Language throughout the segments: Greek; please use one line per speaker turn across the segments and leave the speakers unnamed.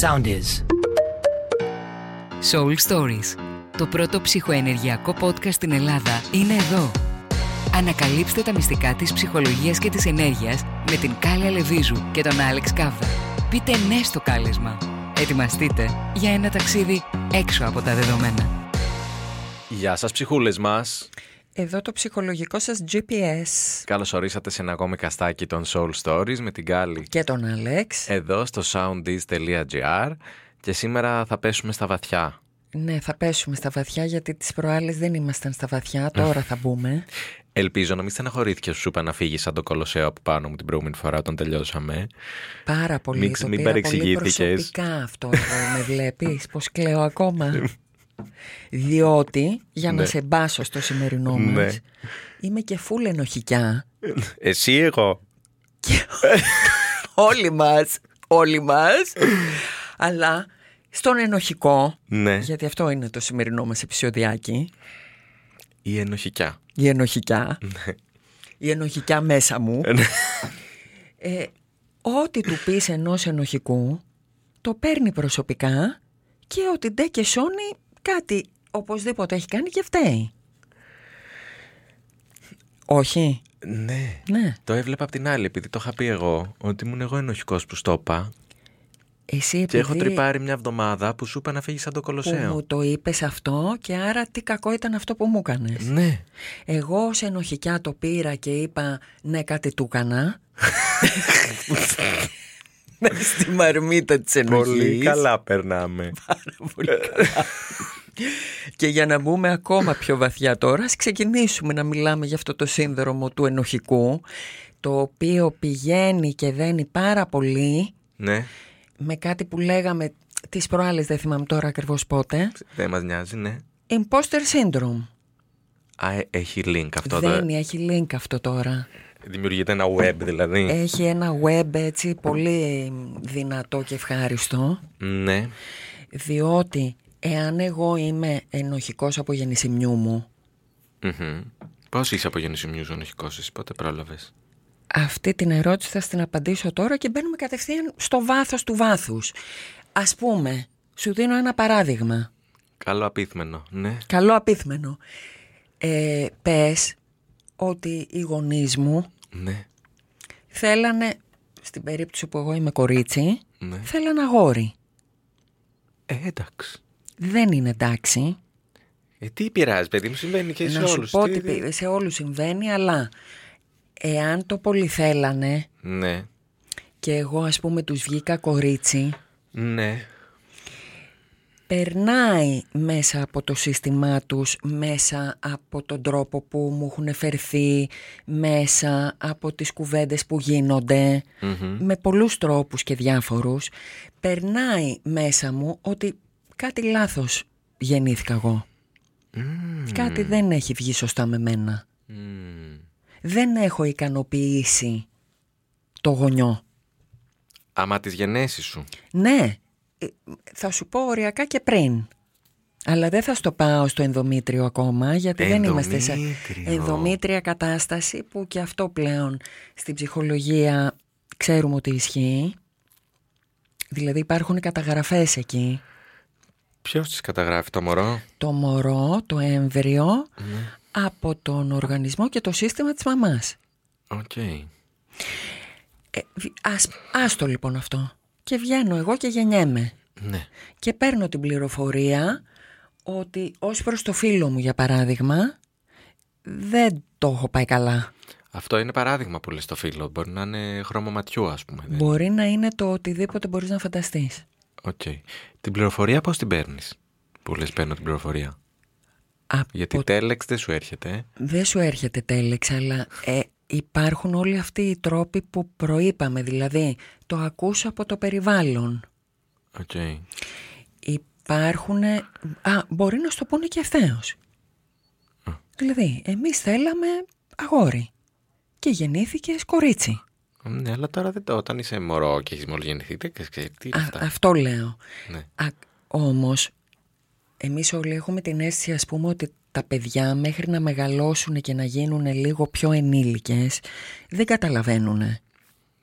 sound is.
Soul Stories. Το πρώτο ψυχοενεργειακό podcast στην Ελλάδα είναι εδώ. Ανακαλύψτε τα μυστικά της ψυχολογίας και της ενέργειας με την Κάλια Λεβίζου και τον Άλεξ Κάβδα. Πείτε ναι στο κάλεσμα. Ετοιμαστείτε για ένα ταξίδι έξω από τα δεδομένα.
Γεια σας ψυχούλες μας.
Εδώ το ψυχολογικό σας GPS
Καλώς ορίσατε σε ένα ακόμη καστάκι των Soul Stories με την Κάλλη
και τον Αλέξ.
εδώ στο soundis.gr και σήμερα θα πέσουμε στα βαθιά.
Ναι, θα πέσουμε στα βαθιά γιατί τις προάλλες δεν ήμασταν στα βαθιά, τώρα θα μπούμε.
Ελπίζω να μην στεναχωρήθηκε σου είπα να φύγει σαν το κολοσσέο από πάνω μου την προηγούμενη φορά όταν τελειώσαμε.
Πάρα πολύ,
Μην-
το
μην
πήρα πολύ
παρεξηγήθηκες.
προσωπικά αυτό εδώ, με βλέπεις, πως κλαίω ακόμα. Διότι, για να
Ναι.
σε μπάσω στο σημερινό
Ναι.
μας, είμαι και φούλ ενοχικιά.
Εσύ εγώ.
Όλοι μας, όλοι μας. Αλλά στον ενοχικό,
Ναι.
γιατί αυτό είναι το σημερινό μας επεισοδιάκι,
Η ενοχικιά.
η ενοχικιά,
Ναι.
η ενοχικιά μέσα μου, ε, ό,τι του πεις ενός ενοχικού, το παίρνει προσωπικά και ότι ντε και σώνει κάτι οπωσδήποτε έχει κάνει και φταίει. Όχι,
Ναι.
ναι.
Το έβλεπα απ' την άλλη επειδή το είχα πει εγώ ότι ήμουν εγώ ενοχικός που στο είπα
Εσύ
και
επειδή
έχω τρυπάρει μια εβδομάδα που σου είπα να φύγεις σαν το
που
κολοσσέο.
μου το είπες αυτό και άρα τι κακό ήταν αυτό που μου έκανες.
Ναι.
Εγώ ως ενοχικιά το πήρα και είπα ναι κάτι του έκανα. Ναι, Στη μαρμίτα της ενοχής.
περνάμε.
Και για να μπούμε ακόμα πιο βαθιά τώρα, ας ξεκινήσουμε να μιλάμε για αυτό το σύνδρομο του ενοχικού, το οποίο πηγαίνει και δένει πάρα πολύ
ναι.
με κάτι που λέγαμε τις προάλλες, δεν θυμάμαι τώρα ακριβώς πότε,
Δεν μας νοιάζει, ναι.
imposter syndrome.
Α, ε, έχει link αυτό. εδώ.
Δένει, έχει link αυτό τώρα.
Δημιουργείται ένα web δηλαδή.
Έχει ένα web έτσι πολύ δυνατό και ευχάριστο.
Ναι.
Διότι εάν εγώ είμαι ενοχικός από γεννησιμιού μου,
Πώς είσαι από γεννησιμίου ενοχικός, εσύ πότε πρόλαβες.
αυτή την ερώτηση θα στην απαντήσω τώρα και μπαίνουμε κατευθείαν στο βάθος του βάθους. Ας πούμε, σου δίνω ένα παράδειγμα.
Καλό απίθμενο, ναι.
Καλό απίθμενο. Ε, πες ότι οι γονείς μου
Ναι.
θέλανε, στην περίπτωση που εγώ είμαι κορίτσι,
Ναι.
θέλανε αγόρι.
Ε, εντάξει.
Δεν είναι εντάξει.
Ε, τι πειράζει, παιδί μου, συμβαίνει και σε
να σου
όλους.
πω ότι πι- σε όλους συμβαίνει, αλλά εάν το πολύ θέλανε
Ναι.
και εγώ ας πούμε τους βγήκα κορίτσι,
Ναι.
περνάει μέσα από το σύστημά τους, μέσα από τον τρόπο που μου έχουν φερθεί, μέσα από τις κουβέντες που γίνονται, με πολλούς τρόπους και διάφορους, περνάει μέσα μου ότι κάτι λάθος γεννήθηκα εγώ. Κάτι δεν έχει βγει σωστά με μένα.
Μμμ.
Δεν έχω ικανοποιήσει το γονιό.
Άμα τις γενέσεις σου.
Ναι, ε, θα σου πω οριακά και πριν. Αλλά δεν θα στο πάω στο ενδομήτριο ακόμα, γιατί δεν είμαστε σε
Ενδομήτριο.
ενδομήτρια κατάσταση που και αυτό πλέον στην ψυχολογία ξέρουμε ότι ισχύει. Δηλαδή υπάρχουν καταγραφές εκεί.
Ποιος τις καταγράφει το μωρό.
Το μωρό, το έμβριο, από τον οργανισμό και το σύστημα της μαμάς.
Οκ.
Ε, βι- ας, άστο λοιπόν αυτό. Και βγαίνω εγώ και γεννιέμαι.
Ναι.
και παίρνω την πληροφορία ότι ως προς το φίλο μου για παράδειγμα δεν το έχω πάει καλά.
Αυτό είναι παράδειγμα που λες στο φίλο. Μπορεί να είναι χρώμα ματιού, ας πούμε. δεν-
Μπορεί να είναι το οτιδήποτε μπορείς να φανταστείς.
Οκ. Την πληροφορία πώς την παίρνεις. Που λες, παίρνω την πληροφορία.
Από...
Γιατί τέλεξ δεν σου έρχεται. ε.
Δεν σου έρχεται τέλεξ αλλά ε, υπάρχουν όλοι αυτοί οι τρόποι που προείπαμε δηλαδή το ακούς από το περιβάλλον.
Οκ.
Υπάρχουν... Α, μπορεί να σου το πούνε και ευθέως. Δηλαδή, εμείς θέλαμε αγόρι και γεννήθηκες κορίτσι.
Ναι, αλλά τώρα δεν το. Όταν είσαι μωρό και έχεις μόλι γεννηθεί, δεν ξέρεις τι είναι
Α,
αυτά.
αυτό λέω.
Ναι.
Α, όμως, εμείς όλοι έχουμε την αίσθηση, ας πούμε, ότι τα παιδιά μέχρι να μεγαλώσουν και να γίνουν λίγο πιο ενήλικες, δεν καταλαβαίνουν.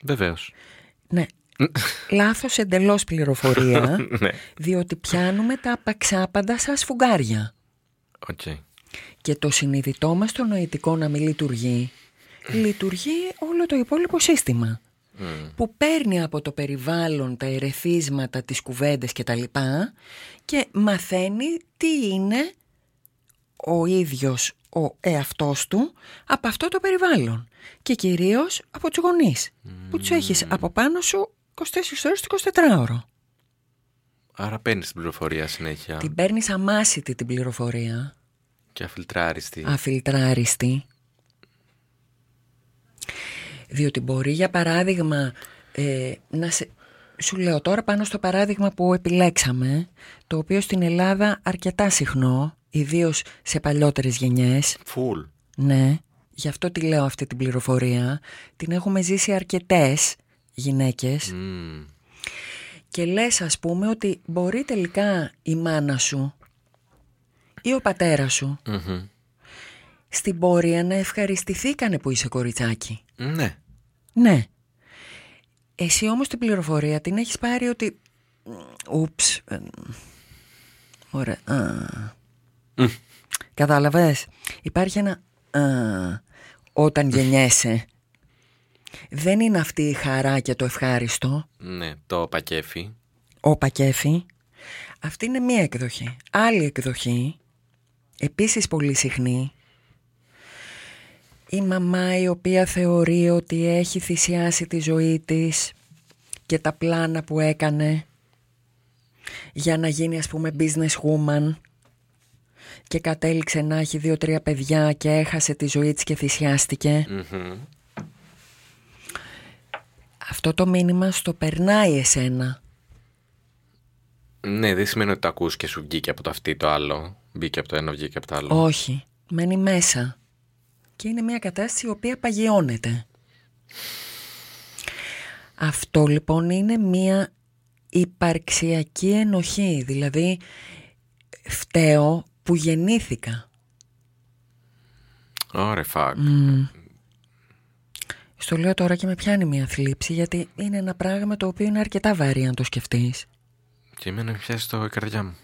Βεβαίως.
Ναι, λάθος εντελώς πληροφορία,
ναι.
διότι πιάνουμε τα απαξάπαντα σας φουγγάρια.
Οκ.
Και το συνειδητό μας το νοητικό να μην λειτουργεί, λειτουργεί όλο το υπόλοιπο σύστημα. Που παίρνει από το περιβάλλον τα ερεθίσματα, τις κουβέντες και τα λοιπά και μαθαίνει τι είναι ο ίδιος ο εαυτός του από αυτό το περιβάλλον. Και κυρίως από τους γονείς που τους έχεις από πάνω σου 24 ώρες το 24ωρο.
Άρα παίρνεις την πληροφορία συνέχεια
Την παίρνεις αμάσιτη την πληροφορία.
και αφιλτράρει τη.
αφιλτράριστη. Διότι μπορεί για παράδειγμα ε, να σε... Σου λέω τώρα πάνω στο παράδειγμα που επιλέξαμε, το οποίο στην Ελλάδα αρκετά συχνό, ιδίως σε παλιότερες γενιές,
Φουλ.
ναι, γι' αυτό τη λέω αυτή την πληροφορία, την έχουμε ζήσει αρκετές γυναίκες
Μμμ.
και λες ας πούμε ότι μπορεί τελικά η μάνα σου ή ο πατέρας σου
Μμμ.
στην πορεία να ευχαριστηθήκανε που είσαι κοριτσάκι.
Ναι.
Ναι. Εσύ όμως την πληροφορία την έχεις πάρει ότι... Ούψ. ε, Ωραία. α. Κατάλαβες. Υπάρχει ένα... α, Όταν γεννιέσαι. Δεν είναι αυτή η χαρά και το ευχάριστο.
Ναι. Το πακέφι.
Όπα κέφι. Αυτή είναι μία εκδοχή. Άλλη εκδοχή, επίσης πολύ συχνή, η μαμά η οποία θεωρεί ότι έχει θυσιάσει τη ζωή της και τα πλάνα που έκανε για να γίνει ας πούμε business woman και κατέληξε να έχει δύο-τρία παιδιά και έχασε τη ζωή της και θυσιάστηκε.
Μμμ.
Αυτό το μήνυμα στο περνάει εσένα.
Ναι, δεν σημαίνει ότι το ακούς και σου βγήκε από το αυτή το άλλο. Μπήκε από το ένα, βγήκε από το άλλο.
Όχι, μένει μέσα. Και είναι μια κατάσταση η οποία παγιώνεται. Αυτό λοιπόν είναι μια υπαρξιακή ενοχή, δηλαδή φταίω που γεννήθηκα.
Ωραία, fuck.
Στο λέω τώρα και με πιάνει μια θλίψη γιατί είναι ένα πράγμα το οποίο είναι αρκετά βαρύ αν το σκεφτείς.
Και εμένα με πιάσει το η καρδιά μου.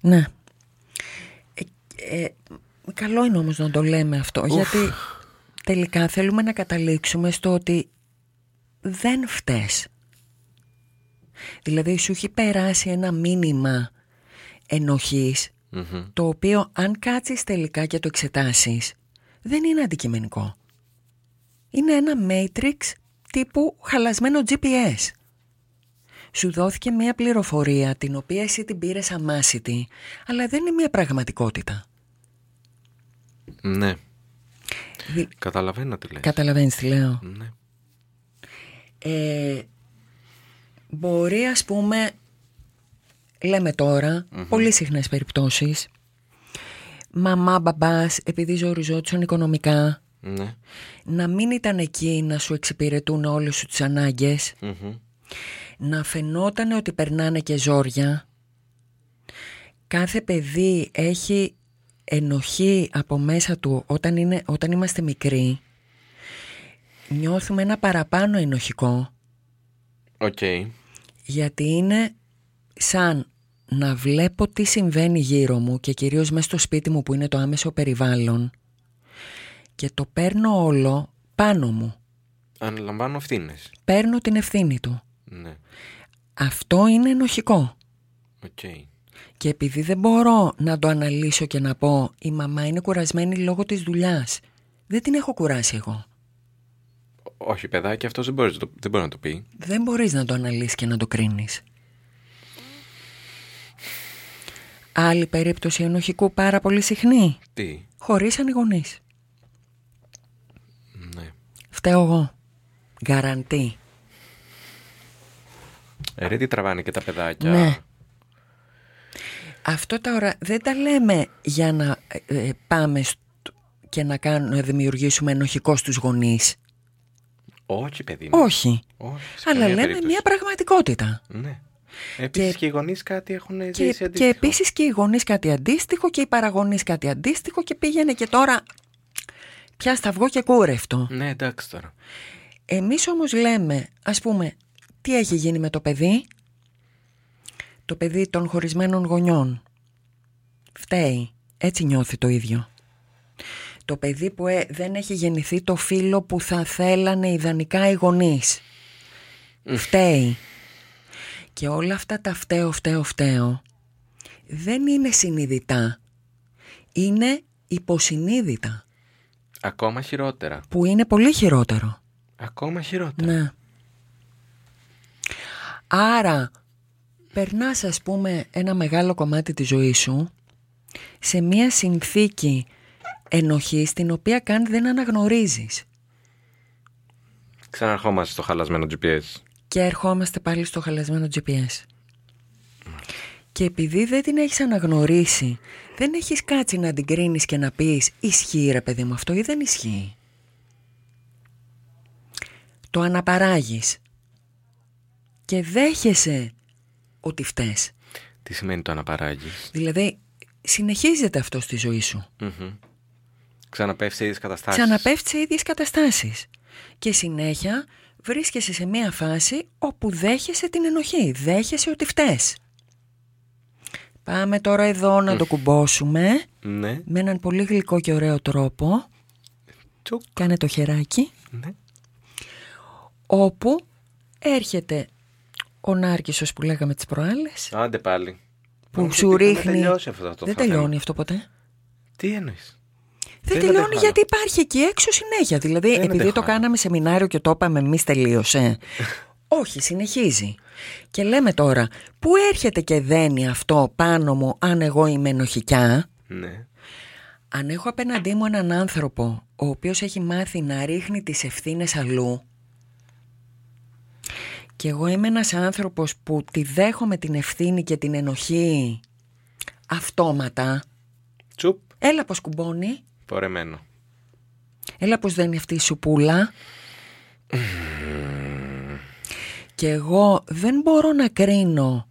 Ναι. Ε, ε, καλό είναι όμως να το λέμε αυτό, γιατί τελικά θέλουμε να καταλήξουμε στο ότι δεν φταίς. Δηλαδή σου έχει περάσει ένα μήνυμα ενοχής,
Μμμ.
το οποίο αν κάτσεις τελικά και το εξετάσεις, δεν είναι αντικειμενικό. Είναι ένα matrix τύπου χαλασμένο GPS. Σου δόθηκε μια πληροφορία την οποία εσύ την πήρες αμάσιτη, αλλά δεν είναι μια πραγματικότητα.
Ναι.
Δη-
Καταλαβαίνω τι λέει.
Καταλαβαίνεις τι λέω.
Ναι.
Ε, μπορεί ας πούμε, λέμε τώρα, πολύ συχνές περιπτώσεις, μαμά, μπαμπάς, επειδή ζοριζόντουσαν οικονομικά,
Ναι.
να μην ήταν εκεί να σου εξυπηρετούν όλες σου τις ανάγκες,
Μμμ.
να φαινόταν ότι περνάνε και ζόρια. Κάθε παιδί έχει ενοχή από μέσα του όταν, είναι, όταν είμαστε μικροί. Νιώθουμε ένα παραπάνω ενοχικό
Οκ.
γιατί είναι σαν να βλέπω τι συμβαίνει γύρω μου και κυρίως μέσα στο σπίτι μου που είναι το άμεσο περιβάλλον και το παίρνω όλο πάνω μου.
Αναλαμβάνω ευθύνες.
Παίρνω την ευθύνη του.
Ναι.
Αυτό είναι ενοχικό.
Οκ.
Και επειδή δεν μπορώ να το αναλύσω και να πω «Η μαμά είναι κουρασμένη λόγω της δουλειάς». Δεν την έχω κουράσει εγώ.
Ό- Όχι, παιδάκι, αυτός δεν, μπορείς να το- δεν μπορεί να το πει.
Δεν μπορείς να το αναλύσεις και να το κρίνεις. Άλλη περίπτωση ενοχικού πάρα πολύ συχνή.
Τι.
Χωρίσαν οι γονείς.
Ναι.
Φταίω εγώ. Γκαραντή.
Ε, Ρε, τι τραβάνε και τα παιδάκια.
Ναι. Αυτό τα ώρα δεν τα λέμε για να ε, ε, πάμε στο- και να, κάνουμε, να δημιουργήσουμε ενοχικό στους γονείς.
Όχι, παιδί μου.
Όχι.
Όχι, σε
Αλλά
καμία
λέμε
περίπτωση.
μια πραγματικότητα.
Ναι. Επίσης και...
Και-
οι γονείς κάτι έχουν ζήσει
Και,
αντίστοιχο.
και επίσης και οι γονείς κάτι αντίστοιχο και οι παραγονείς κάτι αντίστοιχο και πήγαινε και τώρα πια σταυγό και κούρευτο.
Ναι, εντάξει τώρα.
Εμείς όμως λέμε, ας πούμε, Τι έχει γίνει με το παιδί? Το παιδί των χωρισμένων γονιών. Φταίει. Έτσι νιώθει το ίδιο. Το παιδί που ε, δεν έχει γεννηθεί το φίλο που θα θέλανε ιδανικά οι γονείς. Φταίει. Και όλα αυτά τα φταίω, φταίω, φταίω δεν είναι συνειδητά. Είναι υποσυνείδητα.
Ακόμα χειρότερα.
Που είναι πολύ χειρότερο.
Ακόμα χειρότερα.
Ναι. Άρα, περνάς ας πούμε ένα μεγάλο κομμάτι της ζωής σου σε μια συνθήκη ενοχής την οποία καν δεν αναγνωρίζεις.
Ξαναρχόμαστε στο χαλασμένο GPS.
Και ερχόμαστε πάλι στο χαλασμένο GPS. Και επειδή δεν την έχεις αναγνωρίσει, δεν έχεις κάτσει να την κρίνεις και να πεις «Ισχύει ρε παιδί μου αυτό» ή «Δεν ισχύει». Το αναπαράγεις και δέχεσαι ότι φταίς.
Τι σημαίνει το αναπαράγεις.
Δηλαδή, συνεχίζεται αυτό στη ζωή σου.
Μμμ. Ξαναπέφτει σε ίδιες καταστάσεις.
Ξαναπέφτεις σε ίδιες καταστάσεις. Και συνέχεια βρίσκεσαι σε μία φάση όπου δέχεσαι την ενοχή, δέχεσαι ότι φταίς. Πάμε τώρα εδώ να το κουμπώσουμε
Ναι.
με έναν πολύ γλυκό και ωραίο τρόπο.
Τσουκ.
Κάνε το χεράκι.
Ναι.
όπου έρχεται ο Νάρκησος που λέγαμε τις προάλλες
Άντε πάλι.
που
Νομίζω
σου
ότι
ρίχνει...
Δεν τελειώσει αυτό το
Δεν
θέμα.
τελειώνει αυτό ποτέ.
Τι εννοείς.
Δεν,
Δεν
τελειώνει
αντέχω
γιατί υπάρχει εκεί έξω συνέχεια. Δηλαδή,
Δεν
επειδή
αντέχω
το
άλλο.
κάναμε σεμινάριο και το είπαμε εμείς τελείωσε. Όχι, συνεχίζει. Και λέμε τώρα, πού έρχεται και δένει αυτό πάνω μου αν εγώ είμαι ενοχικιά.
Ναι.
Αν έχω απέναντί μου έναν άνθρωπο ο οποίος έχει μάθει να ρίχνει τις ευθύνες αλλού και εγώ είμαι ένας άνθρωπος που τη δέχομαι την ευθύνη και την ενοχή αυτόματα
Τσουπ.
έλα πως κουμπώνει,
Πορεμένο.
έλα πως δένει αυτή η σουπούλα και εγώ δεν μπορώ να κρίνω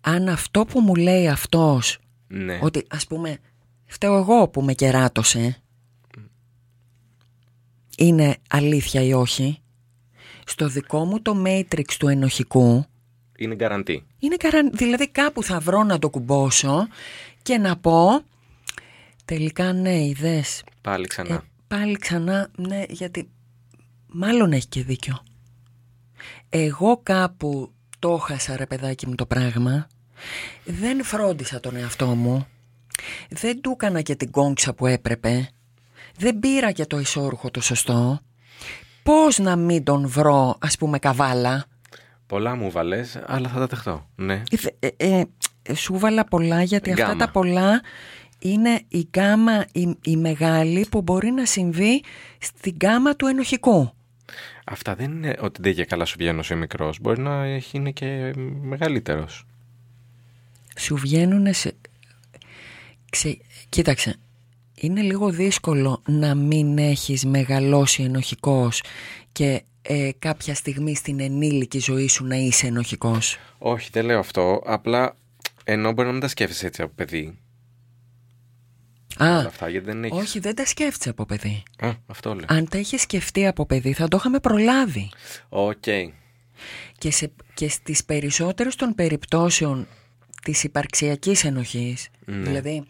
αν αυτό που μου λέει αυτός
Ναι.
ότι ας πούμε φταίω εγώ που με κεράτωσε Είναι αλήθεια ή όχι Στο δικό μου το matrix του ενοχικού
Είναι γκαραντή.
είναι καραν... Δηλαδή κάπου θα βρω να το κουμπώσω Και να πω Τελικά ναι είδες
Πάλι
Ε,
ξανά.
Πάλι ξανά ναι γιατί Μάλλον έχει και δίκιο Εγώ κάπου το χάσα ρε παιδάκι μου το πράγμα Δεν φρόντισα τον εαυτό μου Δεν του έκανα και την κόγκσα που έπρεπε Δεν πήρα και το ισόρουχο το σωστό Πώς να μην τον βρω ας πούμε καβάλα
Πολλά μου βαλές, αλλά θα τα δεχτώ. Ναι.
Ε, ε, ε, ε, σου βάλα πολλά γιατί αυτά
Γκάμα.
τα πολλά είναι η γκάμα η, η μεγάλη που μπορεί να συμβεί στην γκάμα του ενοχικού.
Αυτά δεν είναι ότι δεν για καλά σου βγαίνω σε μικρός. Μπορεί να έχει- είναι και μεγαλύτερος.
Σου βγαίνουν σε... Ξε... Κοίταξε, είναι λίγο δύσκολο να μην έχεις μεγαλώσει ενοχικός και ε, κάποια στιγμή στην ενήλικη ζωή σου να είσαι ενοχικός.
Όχι, δεν λέω αυτό. Απλά ενώ μπορεί να μην τα σκέφτεσαι έτσι από παιδί.
Α,
Όλα αυτά γιατί δεν έχεις.
όχι δεν τα σκέφτεσαι από παιδί.
Α, αυτό λέω.
Αν τα είχε σκεφτεί από παιδί θα το είχαμε προλάβει.
Οκ.
και, σε, και στις περισσότερες των περιπτώσεων της υπαρξιακής ενοχής, δηλαδή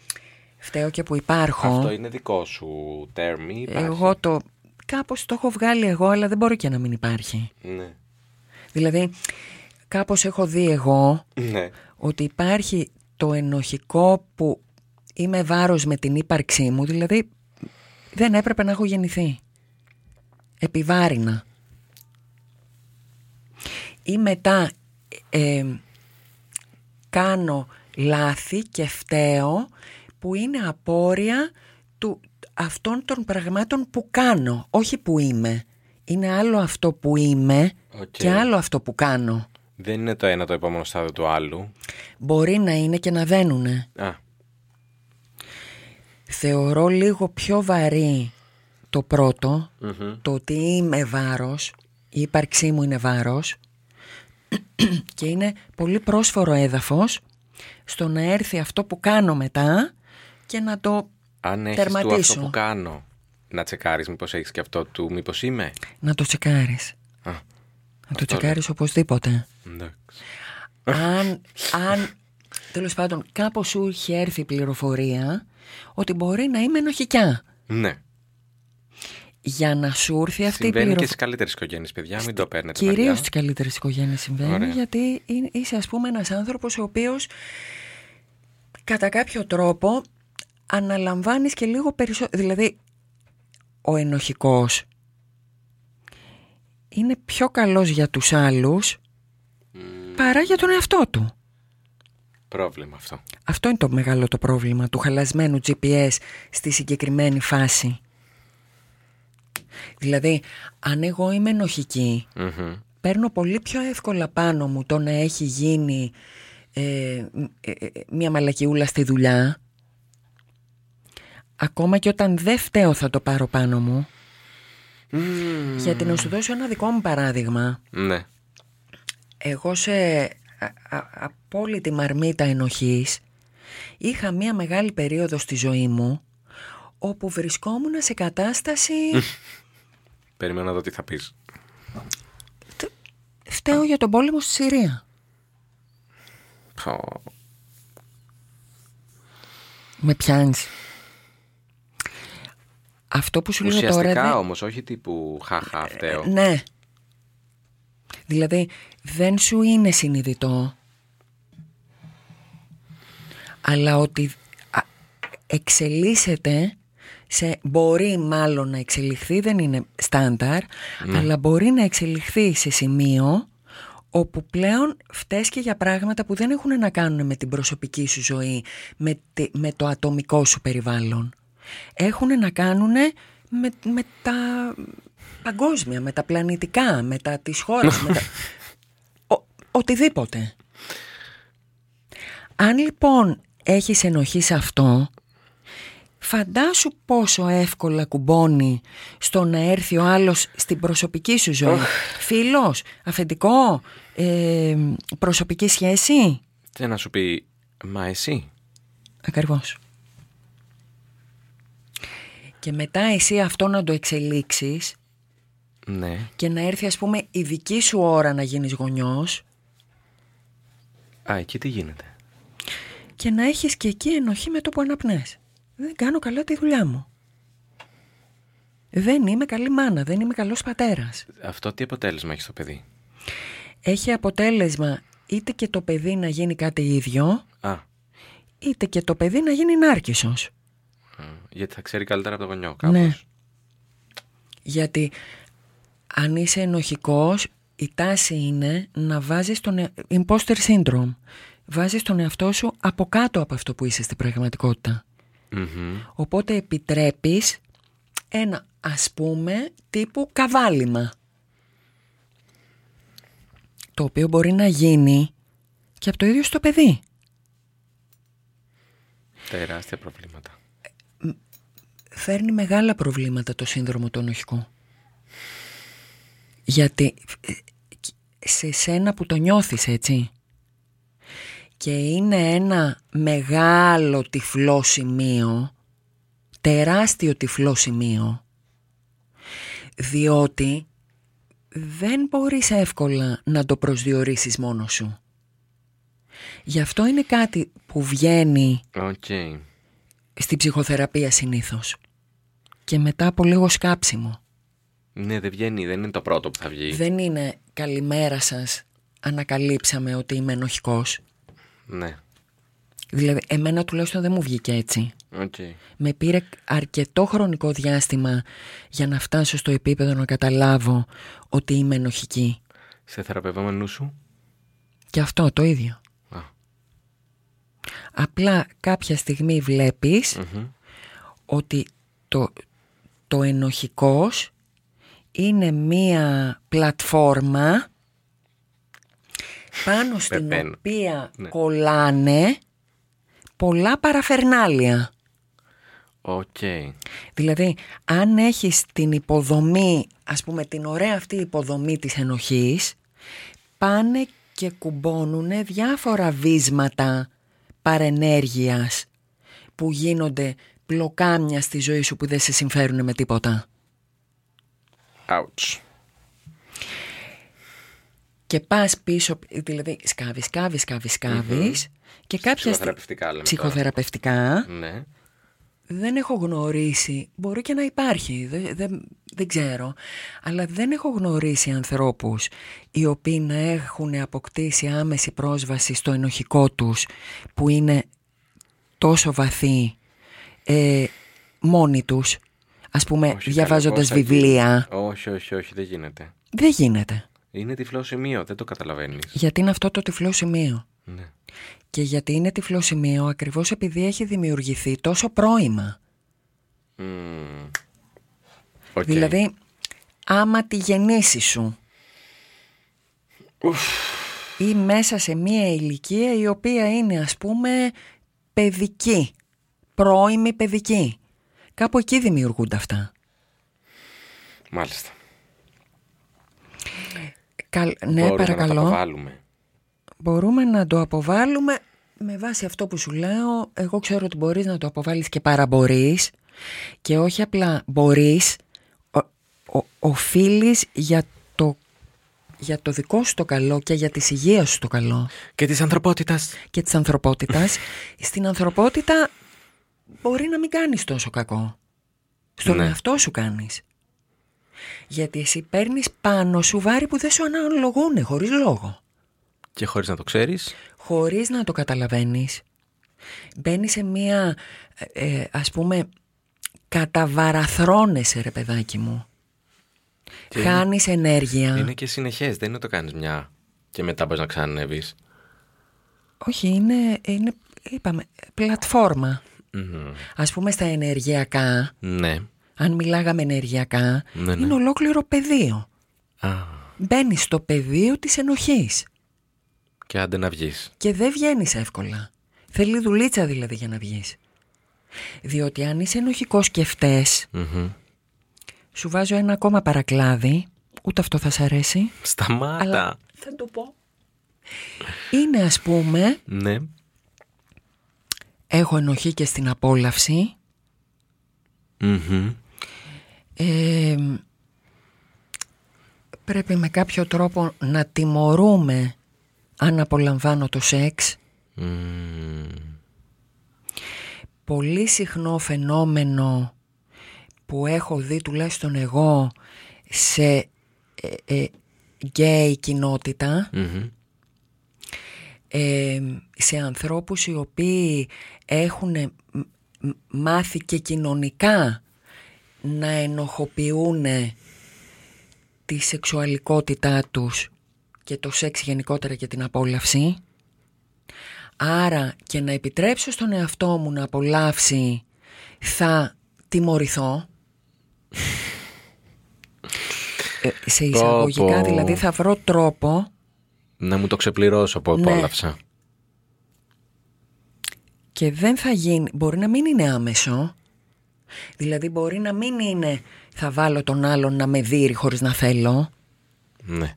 φταίω και που υπάρχω,
Ναι. Αυτό είναι δικό σου τέρμι. Υπάρχει.
εγώ το κάπως το έχω βγάλει εγώ αλλά δεν μπορεί και να μην υπάρχει.
Ναι.
Δηλαδή κάπως έχω δει εγώ
Ναι.
ότι υπάρχει το ενοχικό που είμαι βάρος με την ύπαρξή μου, δηλαδή δεν έπρεπε να έχω γεννηθεί. Επιβάρινα. Ή μετά ε, κάνω λάθη και φταίω που είναι απόρρια του, αυτών των πραγμάτων που κάνω, όχι που είμαι. Είναι άλλο αυτό που είμαι
Οκ.
και άλλο αυτό που κάνω.
Δεν είναι το ένα το επόμενο στάδιο του άλλου.
Μπορεί να είναι και να δένουνε.
Α,
Θεωρώ λίγο πιο βαρύ το πρώτο,
μμμ.
το ότι είμαι βάρος, η ύπαρξή μου είναι βάρος και είναι πολύ πρόσφορο έδαφος στο να έρθει αυτό που κάνω μετά και να το
Αν έχεις του αυτό
τερματίσω,
που κάνω, να τσεκάρεις μήπως έχεις και αυτό του μήπως είμαι.
να το τσεκάρεις.
Α.
Να το τσεκάρεις οπωσδήποτε.
Εντάξει.
αν, αν τέλος πάντων, κάπως σου είχε έρθει η πληροφορία ότι μπορεί να είμαι ενοχικιά.
Ναι.
Για να σου έρθει αυτή η
Συμβαίνει και
πληροφορία.
στις καλύτερες οικογένειες, παιδιά. Μην το παίρνετε.
Κυρίως
βαριά.
στις καλύτερες οικογένειες συμβαίνει,
Ωραία.
γιατί είναι- είσαι, ας πούμε, ένας άνθρωπος ο οποίος κατά κάποιο τρόπο αναλαμβάνεις και λίγο περισσότερο. Δηλαδή, ο ενοχικός είναι πιο καλός για τους άλλους παρά για τον εαυτό του.
Πρόβλημα αυτό.
Αυτό είναι το μεγάλο το πρόβλημα του χαλασμένου GPS στη συγκεκριμένη φάση. Δηλαδή, αν εγώ είμαι ενοχική,
Μμμ.
παίρνω πολύ πιο εύκολα πάνω μου το να έχει γίνει ε, μ- ε, ε, μια μαλακιούλα στη δουλειά. Ακόμα και όταν δεν φταίω θα το πάρω πάνω μου.
Μμμ.
Γιατί να σου δώσω ένα δικό μου παράδειγμα.
Ναι.
Εγώ σε α- α- απόλυτη μαρμίτα ενοχής είχα μία μεγάλη περίοδο στη ζωή μου όπου βρισκόμουν σε κατάσταση
Περιμένω να δω τι θα πεις.
φταίω για τον πόλεμο στη Συρία. Με πιάνεις. Αυτό που σου λέω τώρα...
Ουσιαστικά
δεν-
όμως, όχι τύπου χαχα φταίω.
Ναι. Δηλαδή δεν σου είναι συνειδητό αλλά ότι α, εξελίσσεται σε, μπορεί μάλλον να εξελιχθεί, δεν είναι στάνταρ, αλλά μπορεί να εξελιχθεί σε σημείο όπου πλέον φταίς και για πράγματα που δεν έχουν να κάνουν με την προσωπική σου ζωή, με, τη- με το ατομικό σου περιβάλλον. Έχουν να κάνουν με, με τα παγκόσμια, με τα πλανητικά, με τα της χώρας, με τα... Ο- οτιδήποτε. Αν λοιπόν έχεις ενοχή σε αυτό, φαντάσου πόσο εύκολα κουμπώνει στο να έρθει ο άλλος στην προσωπική σου ζωή. Φίλος, αφεντικό, ε, προσωπική σχέση.
Και να σου πει, μα εσύ.
Ακριβώς. Και μετά εσύ αυτό να το εξελίξεις
Ναι.
και να έρθει ας πούμε η δική σου ώρα να γίνεις γονιός
Α, εκεί τι γίνεται.
και να έχεις και εκεί ενοχή με το που αναπνές. Δεν κάνω καλά τη δουλειά μου. Δεν είμαι καλή μάνα, δεν είμαι καλός πατέρας.
Αυτό τι αποτέλεσμα έχει στο παιδί.
Έχει αποτέλεσμα είτε και το παιδί να γίνει κάτι ίδιο,
Α,
είτε και το παιδί να γίνει νάρκισος.
μ, γιατί θα ξέρει καλύτερα από το γονιό κάπως.
Ναι. Γιατί αν είσαι ενοχικός, η τάση είναι να βάζεις τον... ε- Imposter syndrome. Βάζεις τον εαυτό σου από κάτω από αυτό που είσαι στην πραγματικότητα. Ναι.
Μμμ.
Οπότε επιτρέπεις ένα ας πούμε τύπου καβάλιμα. Το οποίο μπορεί να γίνει και από το ίδιο στο παιδί.
Τεράστια προβλήματα.
φέρνει μεγάλα προβλήματα το σύνδρομο το ενοχικό. Γιατί ε, σε σένα που το νιώθεις έτσι και είναι ένα μεγάλο τυφλό σημείο, τεράστιο τυφλό σημείο, διότι δεν μπορείς εύκολα να το προσδιορίσεις μόνος σου. Γι' αυτό είναι κάτι που βγαίνει
Οκ.
στην ψυχοθεραπεία συνήθως. Και μετά από λίγο σκάψιμο.
Ναι, δεν βγαίνει, δεν είναι το πρώτο που θα βγει.
Δεν είναι καλημέρα σας, ανακαλύψαμε ότι είμαι ενοχικός.
Ναι.
Δηλαδή, εμένα τουλάχιστον δεν μου βγήκε έτσι.
Οκ.
Με πήρε αρκετό χρονικό διάστημα για να φτάσω στο επίπεδο να καταλάβω ότι είμαι ενοχική.
Σε θεραπευόμενου σου.
Και αυτό το ίδιο.
Α.
Απλά κάποια στιγμή βλέπεις
μμμ.
ότι το, το ενοχικός είναι μία πλατφόρμα πάνω στην
Πεπαίνω.
οποία
Ναι.
κολλάνε πολλά παραφερνάλια.
Οκ.
Δηλαδή, αν έχεις την υποδομή, ας πούμε την ωραία αυτή υποδομή της ενοχής, πάνε και κουμπώνουν διάφορα βίσματα παρενέργειας που γίνονται πλοκάμια στη ζωή σου που δεν σε συμφέρουν με τίποτα.
Ouch.
και πας πίσω, δηλαδή σκάβεις, σκάβεις, σκάβεις, σκάβεις και κάποια στιγμή
Ψυχοθεραπευτικά λέμε. τώρα.
ψυχοθεραπευτικά
Ναι.
δεν έχω γνωρίσει, μπορεί και να υπάρχει, δεν, δεν, δεν ξέρω, αλλά δεν έχω γνωρίσει ανθρώπους οι οποίοι να έχουν αποκτήσει άμεση πρόσβαση στο ενοχικό τους που είναι τόσο βαθύ ε, μόνοι τους, ας πούμε
Όχι,
Ε, διαβάζοντας
καλώς,
βιβλία.
Όχι, όχι, όχι, δεν γίνεται.
Δεν γίνεται.
Είναι τυφλό σημείο, δεν το καταλαβαίνεις.
Γιατί είναι αυτό το τυφλό σημείο.
Ναι.
Και γιατί είναι τυφλό σημείο ακριβώς επειδή έχει δημιουργηθεί τόσο πρόημα.
Μμμ. Οκ.
Δηλαδή, άμα τη γεννήσεις σου. Ή μέσα σε μία ηλικία η οποία είναι ας πούμε παιδική, πρώιμη παιδική. Κάπου εκεί δημιουργούνται αυτά.
Μάλιστα.
Καλ- Ναι,
Μπορούμε
παρακαλώ.
Να τα αποβάλουμε.
Μπορούμε να το αποβάλουμε με βάση αυτό που σου λέω. Εγώ ξέρω ότι μπορείς να το αποβάλεις και παραμπορείς και όχι απλά μπορείς, ο, ο, οφείλεις για το, για το δικό σου το καλό και για της υγείας σου το καλό
Και της ανθρωπότητας.
και της ανθρωπότητας. Στην ανθρωπότητα μπορεί να μην κάνεις τόσο κακό. Στον
Ναι.
εαυτό σου κάνεις. Γιατί εσύ παίρνεις πάνω σου βάρη που δεν σου αναλογούνε χωρίς λόγο
Και χωρίς να το ξέρεις.
χωρίς να το καταλαβαίνεις. Μπαίνει σε μία, ε, ε, ας πούμε, καταβαραθρώνεσαι ρε παιδάκι μου.
Και
Χάνεις ενέργεια.
Είναι και συνεχές, δεν είναι το κάνεις μια και μετά μπορείς να ξανανεύεις.
Όχι, είναι, είναι, είπαμε, πλατφόρμα. Ας πούμε στα ενεργειακά,
Ναι.
αν μιλάγαμε ενεργειακά,
Ναι, ναι.
είναι ολόκληρο πεδίο.
Α,
Μπαίνεις στο πεδίο της ενοχής
και άντε να βγεις.
και δεν βγαίνεις εύκολα. Θέλει δουλίτσα δηλαδή για να βγεις. Διότι αν είσαι ενοχικός και φταίς, Σου βάζω ένα ακόμα παρακλάδι. Ούτε αυτό θα σ' αρέσει.
Σταμάτα.
Αλλά θα το πω. Είναι ας πούμε,
Ναι.
έχω ενοχή και στην απόλαυση.
Μμμ.
Ε, πρέπει με κάποιο τρόπο να τιμωρούμε αν απολαμβάνω το σεξ.
Μμμ.
Πολύ συχνό φαινόμενο που έχω δει τουλάχιστον εγώ σε ε, ε, γκέι κοινότητα.
Μμμ.
ε, σε ανθρώπους οι οποίοι έχουν μάθει και κοινωνικά να ενοχοποιούν τη σεξουαλικότητά τους και το σεξ γενικότερα και την απόλαυση. Άρα και να επιτρέψω στον εαυτό μου να απολαύσει θα τιμωρηθώ. Ε, σε
Πω,
εισαγωγικά
πω.
δηλαδή θα βρω τρόπο
Να μου το ξεπληρώσω που
Ναι.
απόλαυσα.
Και δεν θα γίνει, μπορεί να μην είναι άμεσο. Δηλαδή μπορεί να μην είναι θα βάλω τον άλλον να με δείρει χωρίς να θέλω.
Ναι.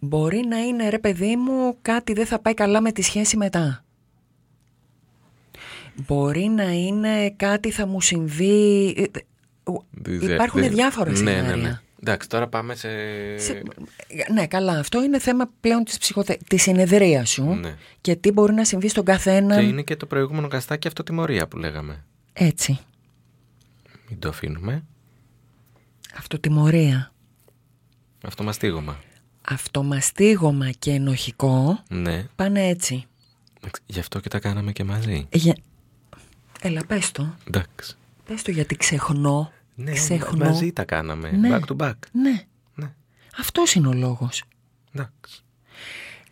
Μπορεί να είναι ρε παιδί μου κάτι δεν θα πάει καλά με τη σχέση μετά. Μπορεί να είναι κάτι θα μου συμβεί... ε, ε,
Δε-
Υπάρχουν
δε-
διάφορα
ναι,
σενάρια.
ναι, ναι. Ε, Εντάξει, τώρα πάμε σε.
Σε- ναι, καλά. Αυτό είναι θέμα πλέον της, ψυχοθε... της συνεδρίας σου
Ναι.
και τι μπορεί να συμβεί στον καθένα.
Και είναι και το προηγούμενο καστάκι αυτοτιμωρία που λέγαμε.
Έτσι.
Μην το αφήνουμε.
Αυτοτιμωρία.
Αυτομαστίγωμα.
Αυτομαστίγωμα και ενοχικό
Ναι.
πάνε έτσι.
Εντάξει, Γι' αυτό και τα κάναμε και μαζί.
Για... Έλα, πες το.
Εντάξει.
Πες το γιατί ξεχνώ.
Ναι,
ξεχνώ.
μαζί τα κάναμε.
Ναι.
Back to back.
Ναι,
Ναι.
αυτός είναι ο λόγος.
Εντάξει.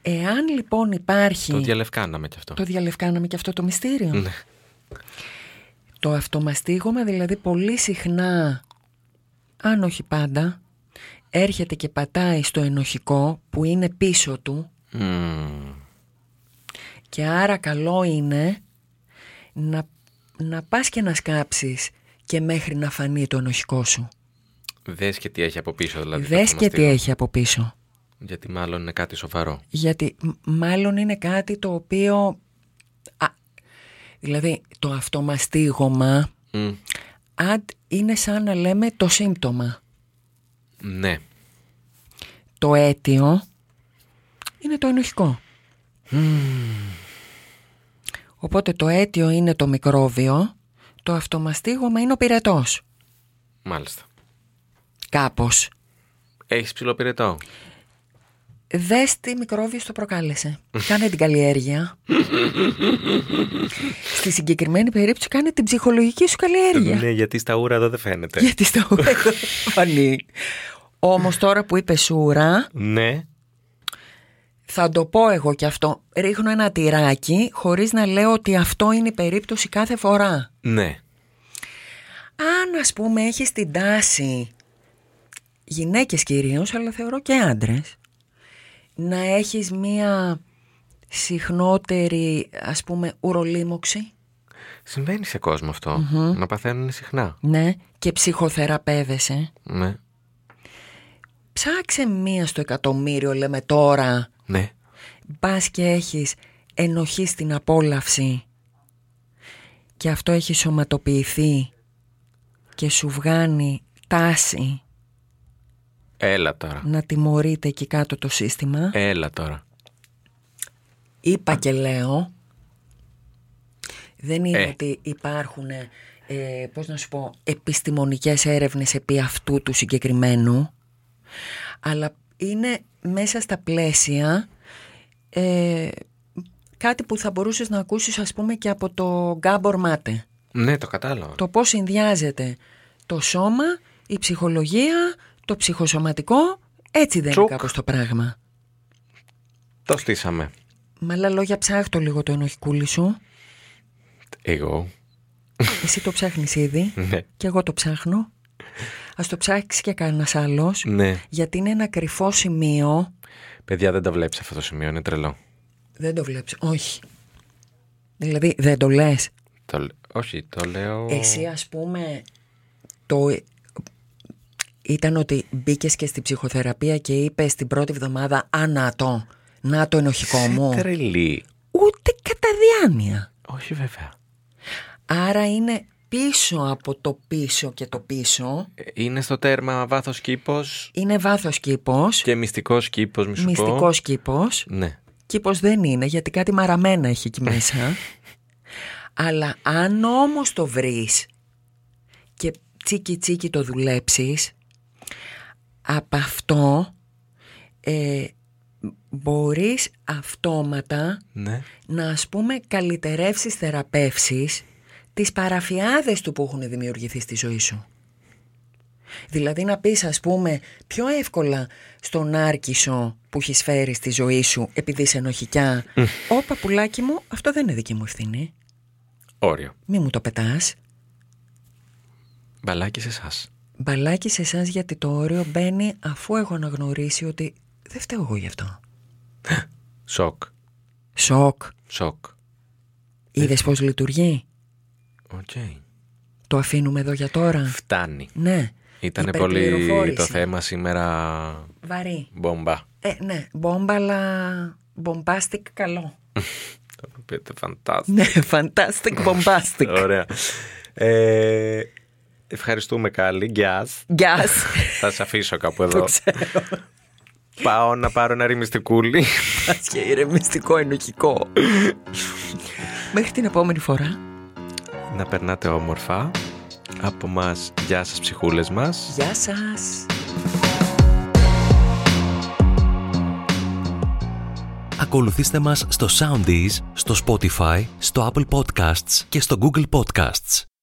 Εάν λοιπόν υπάρχει...
Το διαλευκάναμε κι αυτό.
το διαλευκάναμε και αυτό το μυστήριο.
Ναι.
Το αυτομαστίγωμα δηλαδή πολύ συχνά, αν όχι πάντα, έρχεται και πατάει στο ενοχικό που είναι πίσω του
Μμμ.
και άρα καλό είναι να, να πας και να σκάψεις και μέχρι να φανεί το ενοχικό σου.
Δες και τι έχει από πίσω δηλαδή. το
Δες και τι
αυτομαστίγωμα.
έχει από πίσω.
Γιατί μάλλον είναι κάτι σοβαρό.
Γιατί μ- μάλλον είναι κάτι το οποίο... Α, δηλαδή το αυτομαστίγωμα
Μμ.
αν είναι σαν να λέμε το σύμπτωμα.
Ναι.
Το αίτιο είναι το ενοχικό. Οπότε το αίτιο είναι το μικρόβιο, το αυτομαστίγωμα είναι ο πυρετός.
Μάλιστα.
Κάπως.
Έχεις ψηλό πυρετό.
Δες τι μικρόβιο στο προκάλεσε. κάνε την καλλιέργεια. Στη συγκεκριμένη περίπτωση κάνε την ψυχολογική σου καλλιέργεια.
Ναι, γιατί στα ούρα εδώ δεν φαίνεται.
Γιατί στα ούρα δεν φανεί. Όμως τώρα που είπες σούρα,
Ναι.
θα το πω εγώ κι αυτό. Ρίχνω ένα τυράκι χωρίς να λέω ότι αυτό είναι η περίπτωση κάθε φορά.
Ναι.
Αν ας πούμε έχεις την τάση, γυναίκες κυρίως, αλλά θεωρώ και άντρες, να έχεις μία συχνότερη ας πούμε ουρολίμωξη,
Συμβαίνει σε κόσμο αυτό. Να παθαίνουν συχνά.
ναι, και ψυχοθεραπεύεσαι,
Ναι.
ψάξε μία στο εκατομμύριο λέμε τώρα,
Ναι.
μπας και έχεις ενοχή στην απόλαυση και αυτό έχει σωματοποιηθεί και σου βγάνει τάση
Έλα τώρα.
να τιμωρείται εκεί κάτω το σύστημα.
Έλα τώρα.
Είπα και λέω. Δεν είναι
Ε.
ότι υπάρχουν, ε, πώς να σου πω, επιστημονικές έρευνες επί αυτού του συγκεκριμένου, αλλά είναι μέσα στα πλαίσια ε, κάτι που θα μπορούσες να ακούσεις ας πούμε και από το Γκάμπορ Μάτε.
Ναι, το κατάλαβα.
Το πώς συνδυάζεται το σώμα, η ψυχολογία, το ψυχοσωματικό, έτσι δεν
Τσουκ.
είναι κάπως το πράγμα.
Το στήσαμε.
Με άλλα λόγια ψάχτω λίγο το ενοχικούλι σου.
Εγώ.
Εσύ το ψάχνεις ήδη
Ναι.
και εγώ το ψάχνω. Ας το ψάξει και κανένας άλλος
Ναι.
γιατί είναι ένα κρυφό σημείο.
Παιδιά, δεν τα βλέπεις αυτό το σημείο. Είναι τρελό.
Δεν το βλέπεις. Όχι. Δηλαδή δεν το λες.
Το... λέ- Όχι, το λέω.
Εσύ ας πούμε το... Ήταν ότι μπήκες και στην ψυχοθεραπεία και είπες την πρώτη εβδομάδα «Α, να το, να το ενοχικό μου».
Είσαι τρελή.
Ούτε κατά διάνοια.
Όχι, βέβαια.
Άρα είναι πίσω από το πίσω και το πίσω.
Ε, Είναι στο τέρμα βάθος κήπος
Είναι βάθος κήπος,
και μυστικός κήπος, μη σου πω.
μυστικός κήπος.
Ναι.
Κήπος δεν είναι γιατί κάτι μαραμένα έχει εκεί μέσα Αλλά αν όμως το βρεις Και τσίκι τσίκι το δουλέψεις Απ' αυτό ε, Μπορείς αυτόματα
Ναι.
Να ας πούμε καλυτερεύσεις θεραπεύσεις Τις παραφιάδες του που έχουν δημιουργηθεί στη ζωή σου Δηλαδή να πεις ας πούμε πιο εύκολα στον άρκισο που έχεις φέρει στη ζωή σου επειδή είσαι ενοχικιά «Ω πουλάκι μου, αυτό δεν είναι δική μου ευθύνη,
Όριο.
μη μου το πετάς».
Μπαλάκι σε εσάς.
Μπαλάκι σε εσάς γιατί το όριο μπαίνει αφού έχω αναγνωρίσει ότι δεν φταίω εγώ γι' αυτό.
Σοκ.
Σοκ.
Σοκ.
Είδες πώς λειτουργεί.
Οκ.
Το αφήνουμε εδώ για τώρα.
Φτάνει.
Ναι.
Ήταν πολύ
Υπερπληροφόρηση.
το θέμα σήμερα.
Βαρύ.
Μπομπά.
Ε, ναι, μπόμπα, αλλά μπομπάστικ καλό.
Το πείτε φαντάζομαι.
ναι, fantastic bombastic.
Ωραία. Ε, ευχαριστούμε καλή. Γεια. σας.
Γεια
Θα σε αφήσω κάπου
Το
εδώ.
ξέρω.
Πάω να πάρω ένα ρημιστικούλι.
Ας και ηρεμιστικό ενοχικό. Μέχρι την επόμενη φορά.
να περνάτε όμορφα. Από μας, γεια σας ψυχούλες μας.
Γεια σας.
Ακολουθήστε μας στο Soundees, στο Spotify, στο Apple Podcasts και στο Google Podcasts.